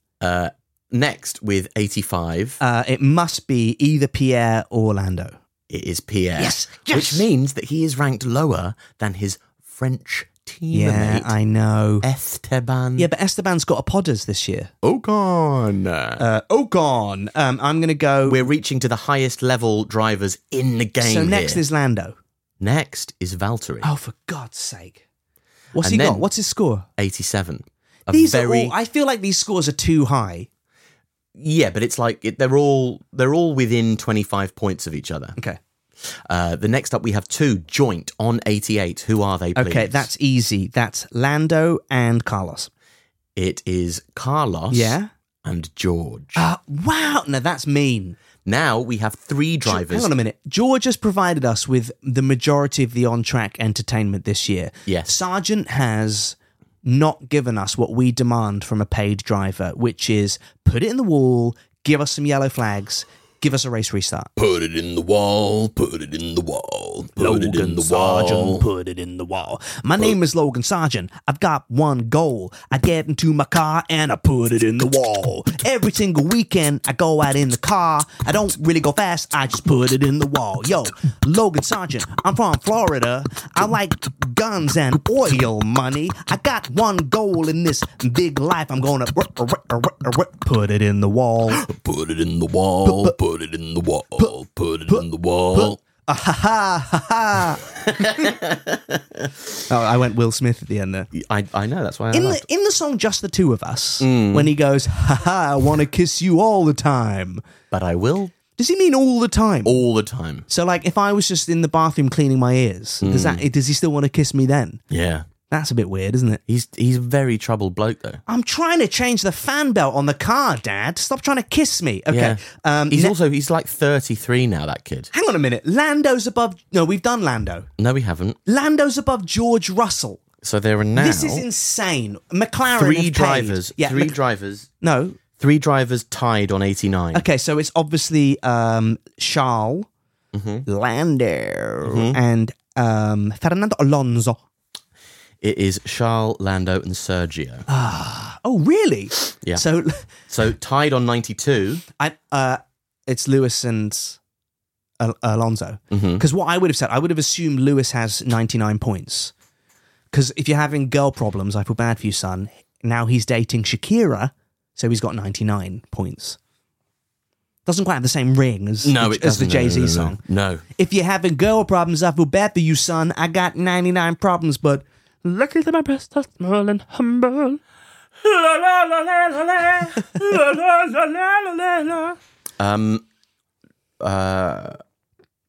F: Next, with 85,
E: Uh, it must be either Pierre or Lando.
F: it is Pierre.
E: Yes, yes.
F: Which means that he is ranked lower than his French
E: Yeah,
F: teammate,
E: I know.
F: Um, Esteban
E: Yeah, but Esteban's got a podders this year.
F: Ocon.
E: Uh, oh, gone. Um, I'm going to go.
F: We're reaching to the highest level drivers in the game.
E: so next
F: here.
E: is Lando.
F: next is Valtteri,
E: Oh, for God's sake! What's
F: And
E: he
F: then-
E: got? What's his score?
F: 87. A
E: these
F: very
E: are all. I feel like these scores are too high.
F: yeah, but it's like it, they're all they're all within 25 points of each other.
E: Okay.
F: Uh, the next up we have two joint on 88. Who are they? Please?
E: Okay, that's easy. That's Lando and Carlos.
F: it is Carlos.
E: Yeah.
F: and George.
E: Uh, wow. Now that's mean.
F: now we have three drivers.
E: Hang on a minute. George has provided us with the majority of the on track entertainment this year.
F: Yes.
E: Sargent has not given us what we demand from a paid driver, which is put it in the wall, give us some yellow flags, give us a race restart.
F: Put it in the wall. Put it in the wall. Put it in the
E: Sargent,
F: wall.
E: put it in the wall. My name is Logan Sargent. I've got one goal. I get into my car and I put it in the wall. Every single weekend, I go out in the car. I don't really go fast. I just put it in the wall. Yo, Logan Sargent. I'm from Florida. I like guns and oil money. I got one goal in this big life. I'm gonna r- r- r- r- r- put it in the wall.
F: Put it in the wall. Put it in the wall. Put it in the wall.
E: Ah, ha ha ha ha. oh, I went Will Smith at the end there.
F: I, I know that's why I Mm.
E: in the
F: laughed.
E: in the song "Just the Two of Us," when he goes, "Ha ha, I want to kiss you all the time."
F: but I will
E: Does he mean all the time?
F: all the time.
E: So, like, if I was just in the bathroom cleaning my ears, does
F: Mm.
E: that does he still want to kiss me then?
F: Yeah,
E: That's a bit weird, isn't it?
F: he's he's a very troubled bloke though.
E: I'm trying to change the fan belt on the car, Dad. Stop trying to kiss me. Okay.
F: Yeah.
E: Um,
F: he's
E: ne-
F: also he's like 33 now. That kid.
E: hang on a minute. Lando's above. No, we've done Lando.
F: No, we haven't.
E: Lando's above George Russell.
F: So there are now
E: This is insane. McLaren. have
F: three
E: paid-
F: drivers.
E: Yeah.
F: three
E: Mc-
F: drivers.
E: no.
F: Three drivers tied on 89.
E: Okay, so it's obviously um, Charles,
F: Mm-hmm.
E: Lando, and um, Fernando Alonso.
F: It is Charles, Lando, and Sergio.
E: Oh, really?
F: Yeah.
E: So
F: so tied on 92.
E: I, uh, it's Lewis and Al- Alonso.
F: Mm-hmm.
E: Because what I would have said, I would have assumed Lewis has 99 points. Because if you're having girl problems, I feel bad for you, son. Now he's dating Shakira, so he's got 99 points. Doesn't quite have the same ring as, the, as the
F: doesn't. No,
E: Jay Z
F: no, no, no.
E: song.
F: No.
E: If you're having girl problems, I feel bad for you, son. I got 99 problems, but lucky that my breast are small and humble.
F: Um, uh,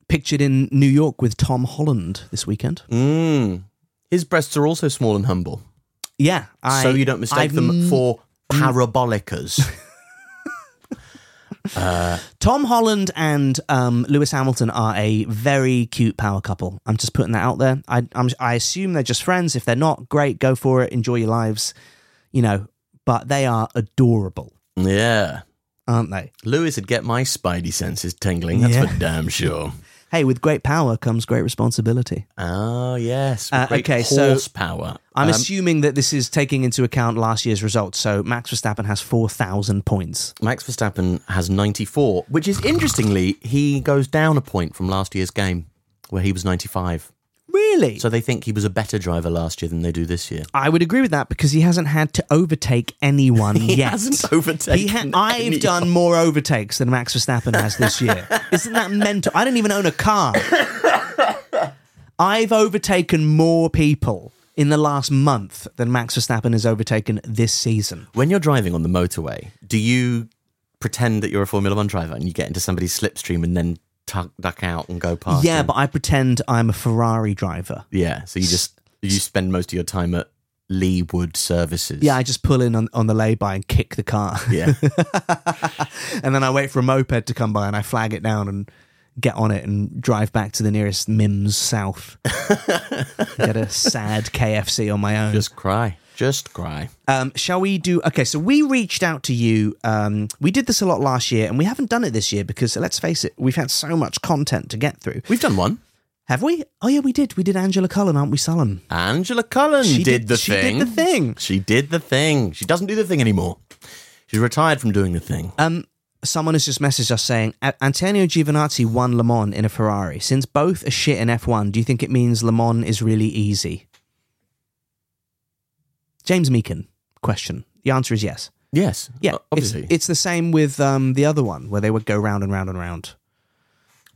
E: Pictured in New York with Tom Holland this weekend.
F: mm. His breasts are also small and humble.
E: Yeah. I,
F: so you don't mistake
E: I've
F: them
E: n-
F: for parabolicas.
E: Tom Holland and um, Lewis Hamilton are a very cute power couple. I'm just putting that out there. I, I'm, I assume they're just friends. If they're not, great, go for it. Enjoy your lives, you know. But they are adorable,
F: yeah.
E: aren't they?
F: Lewis would get my spidey senses tingling. That's
E: Yeah.
F: for damn sure.
E: Hey, with great power comes great responsibility.
F: Oh yes.
E: Uh,
F: Great
E: okay, so-
F: horsepower.
E: I'm
F: Um,
E: assuming that this is taking into account last year's results. So Max Verstappen has 4,000 points.
F: Max Verstappen has 94, which is interestingly he goes down a point from last year's game where he was 95.
E: Really?
F: So they think he was a better driver last year than they do this year.
E: I would agree with that because he hasn't had to overtake anyone
F: He
E: yet.
F: hasn't overtaken
E: He I've
F: anyone.
E: done more overtakes than Max Verstappen has this year. Isn't that mental? I don't even own a car. I've overtaken more people in the last month than Max Verstappen has overtaken this season.
F: When you're driving on the motorway, do you pretend that you're a Formula 1 driver and you get into somebody's slipstream and then tuck, duck out and go past?
E: Yeah,
F: them?
E: but I pretend I'm a Ferrari driver.
F: Yeah, so you just you spend most of your time at Leewood Services.
E: Yeah, I just pull in on, on the lay by and kick the car.
F: yeah.
E: and then I wait for a moped to come by and I flag it down and get on it and drive back to the nearest Mims South. get a sad KFC on my own.
F: just cry. Just cry.
E: Um, shall we do? Okay, so we reached out to you. Um, we did this a lot last year, and we haven't done it this year because let's face it, we've had so much content to get through.
F: We've done one.
E: Have we? Oh yeah, we did. We did Angela Cullen, aren't we, Solemn?
F: Angela Cullen
E: She
F: did,
E: did-
F: the
E: she did
F: thing.
E: the thing.
F: She did the thing. She doesn't do the thing anymore. She's retired from doing the thing.
E: Um, Someone has just messaged us saying "A- Antonio Giovinazzi won Le Mans in a Ferrari. Since both are shit in F1, do you think it means Le Mans is really easy? James Meakin question. The answer is yes.
F: yes.
E: Yeah,
F: o-
E: it's,
F: Obviously.
E: it's the same with um, the other one where they would go round and round and round.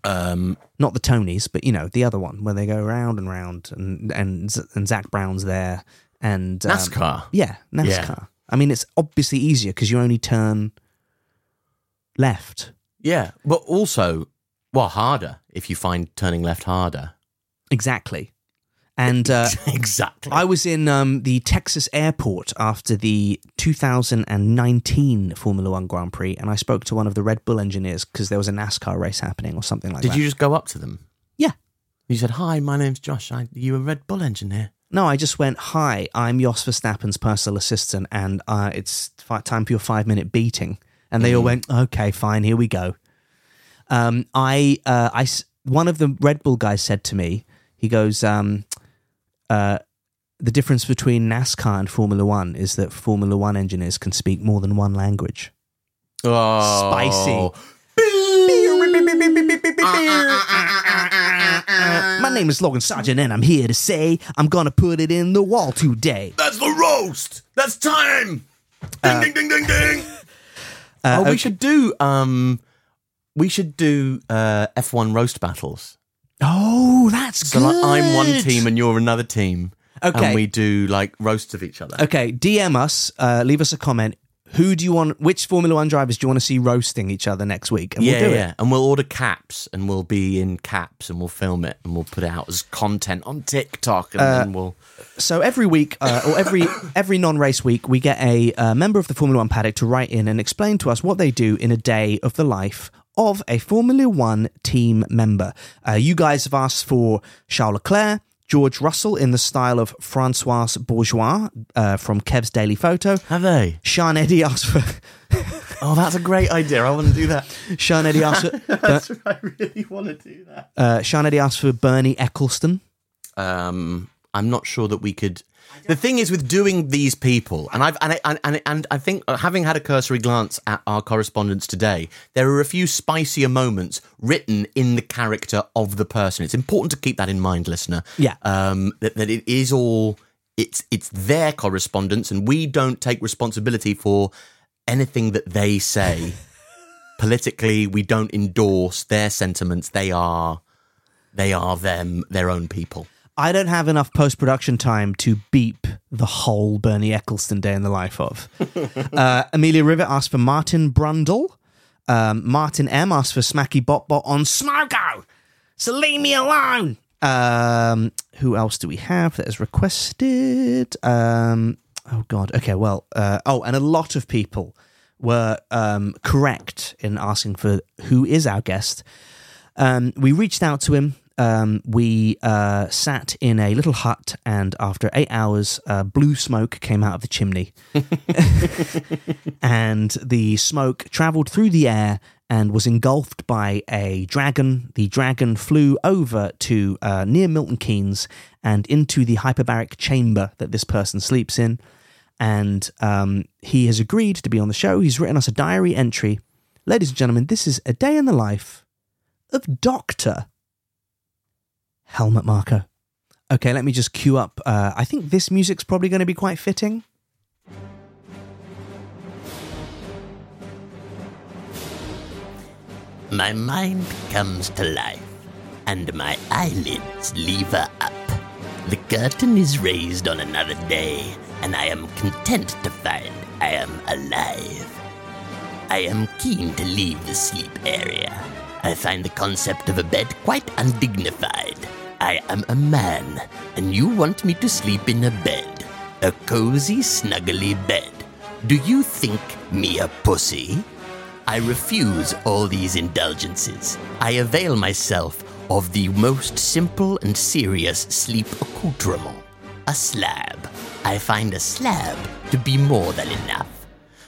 F: um,
E: Not the Tonys, but you know the other one where they go round and round, and and Z- and Zach Brown's there, and um,
F: NASCAR.
E: Yeah, NASCAR. I mean, it's obviously easier because you only turn left.
F: Yeah. But also, well, harder if you find turning left harder.
E: Exactly. And uh,
F: exactly.
E: I was in um, the Texas airport after the 2019 Formula One Grand Prix, and I spoke to one of the Red Bull engineers because there was a NASCAR race happening or something like
F: did
E: that.
F: you just go up to them?
E: Yeah.
F: You said, Hi, my name's Josh. I, you a Red Bull engineer?
E: No, I just went, Hi, I'm Jos Verstappen's personal assistant, and uh, it's fi- time for your five minute beating. And they all went, Okay, fine, here we go. Um, I, uh, I s- one of the Red Bull guys said to me, He goes, um, uh, The difference between NASCAR and Formula One is that Formula One engineers can speak more than one language.
F: Oh.
E: Spicy.
F: Spicy.
E: My name is Logan Sargent, and I'm here to say I'm gonna put it in the wall today.
F: That's the roast. That's time. Ding
E: Uh,
F: ding ding ding ding. oh, we should do um, we should do uh F one roast battles.
E: Oh, that's
F: So
E: good.
F: like I'm one team and you're another team.
E: Okay.
F: And we do like roasts of each other.
E: Okay, DM us, uh, leave us a comment. Who do you want? Which Formula One drivers do you want to see roasting each other next week? And
F: yeah,
E: we'll do
F: yeah.
E: it.
F: And we'll order caps and we'll be in caps and we'll film it and we'll put it out as content on TikTok
E: Uh,
F: and then we'll
E: So every week, uh, or every every non-race week, we get a uh, member of the Formula One paddock to write in and explain to us what they do in a day of the life of a Formula One team member. Uh, you guys have asked for Charles Leclerc. George Russell in the style of Francois Bourgeois uh, from Kev's Daily Photo.
F: have they?
E: Sean Eddy asked for
F: Oh, that's a great idea. I want to do that.
E: Sean Eddy asked for,
F: I really want to do that.
E: uh, Sean Eddy asked for Bernie Eccleston.
F: um, I'm not sure that we could. The thing is with doing these people, and I've and I, and- and and I think uh, having had a cursory glance at our correspondence today, there are a few spicier moments written in the character of the person. It's important to keep that in mind, listener.
E: Yeah.
F: um, that, that it is all it's it's their correspondence, and we don't take responsibility for anything that they say. Politically, we don't endorse their sentiments. They are they are them their own people.
E: I don't have enough post production time to beep the whole Bernie Eccleston day in the life of. uh, Amelia Rivet asked for Martin Brundle. Um, Martin M asked for Smacky Bot Bot on Smoko. So leave me alone. Um, who else do we have that is requested? Um, oh God. Okay. Well. Uh, oh, and a lot of people were um, correct in asking for who is our guest. Um, we reached out to him. Um, we uh, sat in a little hut, and after eight hours, uh, blue smoke came out of the chimney. and the smoke traveled through the air and was engulfed by a dragon. The dragon flew over to uh, near Milton Keynes and into the hyperbaric chamber that this person sleeps in. And um, he has agreed to be on the show. He's written us a diary entry. Ladies and gentlemen, this is a day in the life of Doctor Helmut Marco. Okay, let me just queue up. Uh, I think this music's probably going to be quite fitting.
F: My mind comes to life, and my eyelids lever up. The curtain is raised on another day, and I am content to find I am alive. I am keen to leave the sleep area. I find the concept of a bed quite undignified. I am a man, and you want me to sleep in a bed. A cozy, snuggly bed. Do you think me a pussy? I refuse all these indulgences. I avail myself of the most simple and serious sleep accoutrement a slab. I I find a slab to be more than enough.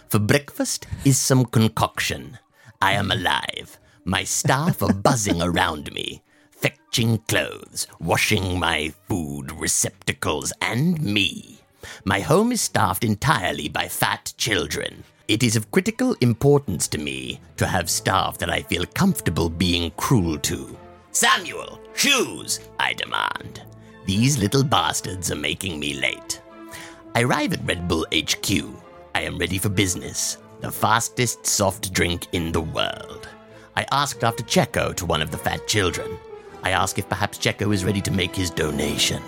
F: For breakfast is some concoction. I am alive. My staff are buzzing around me, fetching clothes, washing my food receptacles, and me. My home is staffed entirely by fat children. It is of critical importance to me to have staff that I feel comfortable being cruel to. Samuel, shoes, I demand. These little bastards are making me late. I arrive at Red Bull HQ. I am ready for business, the fastest soft drink in the world. I asked after Checo to one of the fat children. I ask if perhaps Checo is ready to make his donation.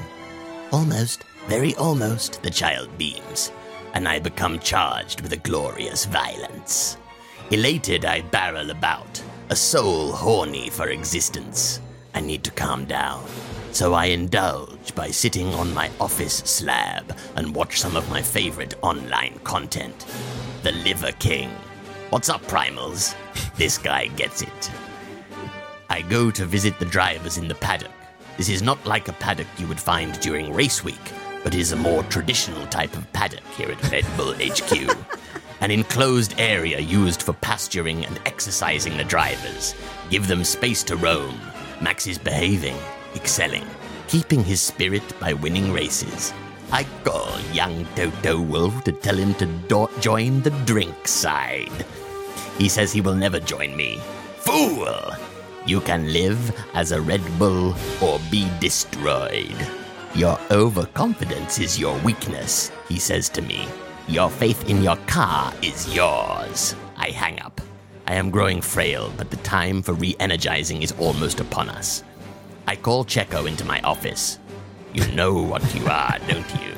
F: Almost, very almost, the child beams, and I become charged with a glorious violence. Elated, I barrel about, a soul horny for existence. I need to calm down, so I indulge by sitting on my office slab and watch some of my favorite online content The Liver King. What's up, primals? This guy gets it. I go to visit the drivers in the paddock. This is not like a paddock you would find during race week, but is a more traditional type of paddock here at Red Bull HQ. An enclosed area used for pasturing and exercising the drivers. Give them space to roam. Max is behaving, excelling, keeping his spirit by winning races. I call young Toto Wolf to tell him to do- join the drink side. He says he will never join me. Fool! You can live as a Red Bull or be destroyed. Your overconfidence is your weakness, he says to me. Your faith in your car is yours. I hang up. I am growing frail, but the time for re energizing is almost upon us. I call Checo into my office. You know what you are, don't you?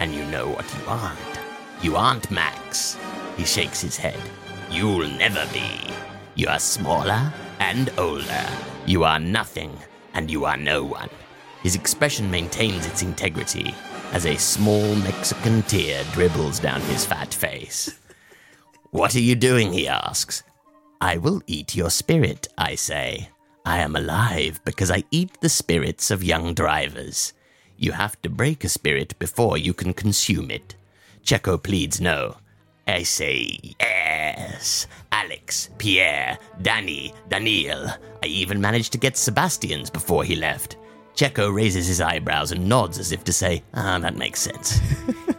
F: And you know what you aren't. You aren't Max. He shakes his head. You'll never be. You are smaller and older. You are nothing and you are no one. His expression maintains its integrity as a small Mexican tear dribbles down his fat face. What are you doing? he asks. I will eat your spirit, I say. I am alive because I eat the spirits of young drivers. You have to break a spirit before you can consume it. Checo pleads no. I say yes. Alex, Pierre, Danny, Daniel. I even managed to get Sebastian's before he left. Checo raises his eyebrows and nods as if to say, Ah, that makes sense.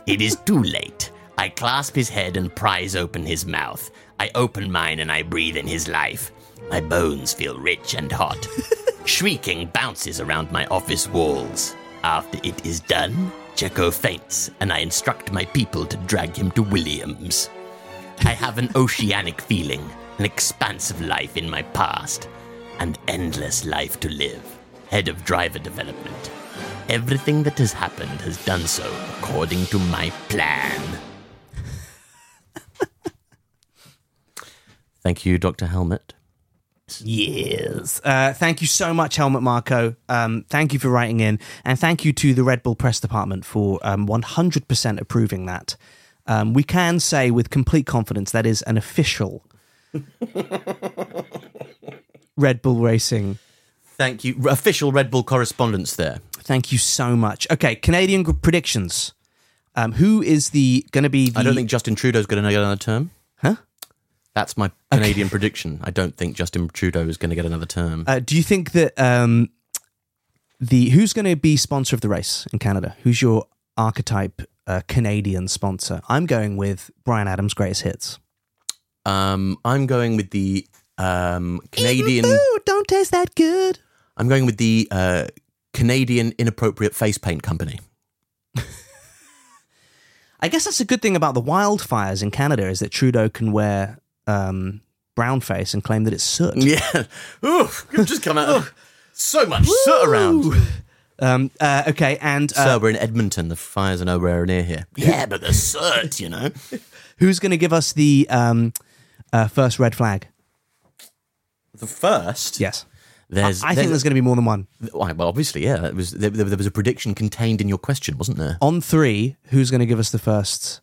F: it is too late. I clasp his head and prise open his mouth. I open mine and I breathe in his life. My bones feel rich and hot. Shrieking bounces around my office walls. After it is done, Checo faints, and I instruct my people to drag him to Williams. I have an oceanic feeling, an expansive life in my past, and endless life to live. Head of driver development. Everything that has happened has done so according to my plan. Thank you, Dr. Helmet.
E: Yes. Uh, thank you so much, Helmut Marco. Um, thank you for writing in. And thank you to the Red Bull Press Department for um, 100% approving that. Um, we can say with complete confidence that is an official Red Bull Racing.
F: Thank you. Official Red Bull correspondence there.
E: Thank you so much. Okay, Canadian gr- predictions. Um, who is the going to be the.
F: I don't think Justin Trudeau's going to get another term.
E: Huh?
F: That's my Canadian prediction. I don't think Justin Trudeau is going to get another term.
E: Uh, do you think that um, the who's going to be sponsor of the race in Canada? Who's your archetype uh, Canadian sponsor? I'm going with Brian Adams' greatest hits.
F: Um, I'm going with the um, Canadian.
E: Even food don't taste that good.
F: I'm going with the uh, Canadian inappropriate face paint company.
E: I guess that's a good thing about the wildfires in Canada is that Trudeau can wear um, brown face and claim that it's soot.
F: Yeah, Ooh, you've just come out. of so much soot around.
E: Um, uh, okay, and uh,
F: Sir, we're in Uh, Edmonton. The fires are nowhere near here. Yeah, but the soot, you know.
E: who's going to give us the um, uh, first red flag?
F: The first.
E: Yes,
F: There's.
E: I think there's going to be more than one.
F: Why, well, obviously, yeah. That was there, there was a prediction contained in your question, wasn't there?
E: On three, who's going to give us the first?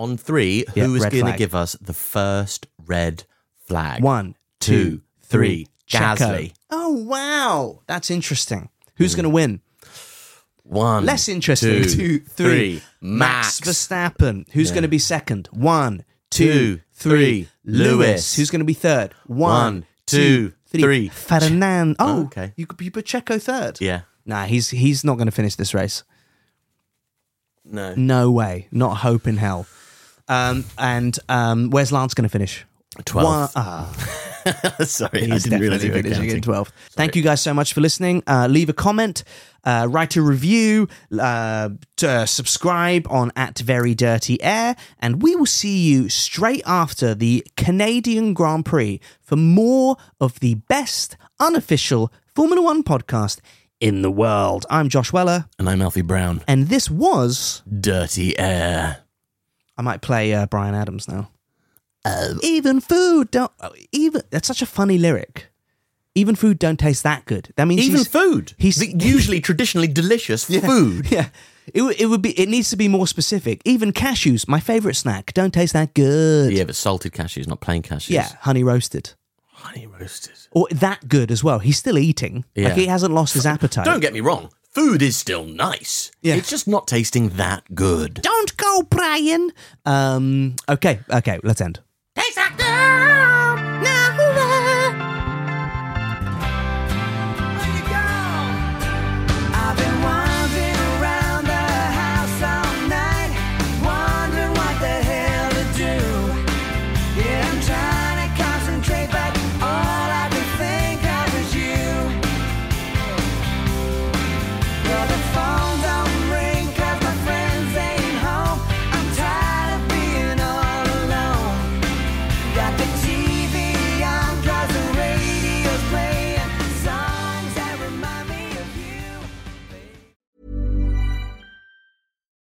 F: On three,
E: Yeah,
F: who is
E: red
F: going to
E: flag.
F: give us the first red flag?
E: One,
F: two,
E: two,
F: three.
E: three.
F: Gasly.
E: Checo. Oh wow, that's interesting. Who's going to win?
F: Hmm. One.
E: Less interesting.
F: two,
E: Two, three.
F: three.
E: Max
F: Max.
E: Verstappen. Who's going to be second? One, two,
F: Two,
E: three.
F: three.
E: Lewis.
F: Lewis.
E: Who's going to be third? One,
F: One,
E: two,
F: two,
E: three.
F: three.
E: Ferdinand. Oh,
F: Oh, okay.
E: You, you put Checo third.
F: Yeah.
E: Nah, he's he's not going to finish this race.
F: No.
E: No way. Not a hope in hell. Um, and um, where's Lance going to finish? One,
F: Twelve.
E: ah,
F: Sorry, I
E: He's
F: didn't realize
E: definitely
F: you were
E: finishing in
F: counting.
E: 12th. Thank you guys so much for listening. Uh, leave a comment, uh, write a review, uh, t- uh, subscribe on at Very Dirty Air, and we will see you straight after the Canadian Grand Prix for more of the best unofficial Formula One podcast in the world. I'm Josh Weller,
F: And I'm Alfie Brown.
E: and this was.
F: Dirty air.
E: I might play uh, Brian Adams now. even food don't oh, even. That's such a funny lyric. Even food don't taste that good. That means
F: Even
E: he's-
F: food.
E: He's
F: The usually traditionally delicious food.
E: Yeah. It, w- it would be. It needs to be more specific. Even cashews, my favorite snack, don't taste that good.
F: Yeah, but salted cashews, not plain cashews.
E: Yeah, honey roasted,
F: Honey roasted.
E: or that good as well. He's still eating.
F: Yeah.
E: Like he hasn't lost his appetite.
F: Don't get me wrong. Food is still nice.
E: Yeah.
F: It's just not tasting that good.
E: Don't go, Brian. Um. Okay. Okay. Let's end.
H: I've been wandering around the house all night, wondering what the hell to do. Yeah, I'm trying to concentrate, but all I could think of is you. Well, the phone don't ring 'cause my friends ain't home. I'm tired of being all alone. Got the TV on 'cause the radio's playing songs that remind me of you.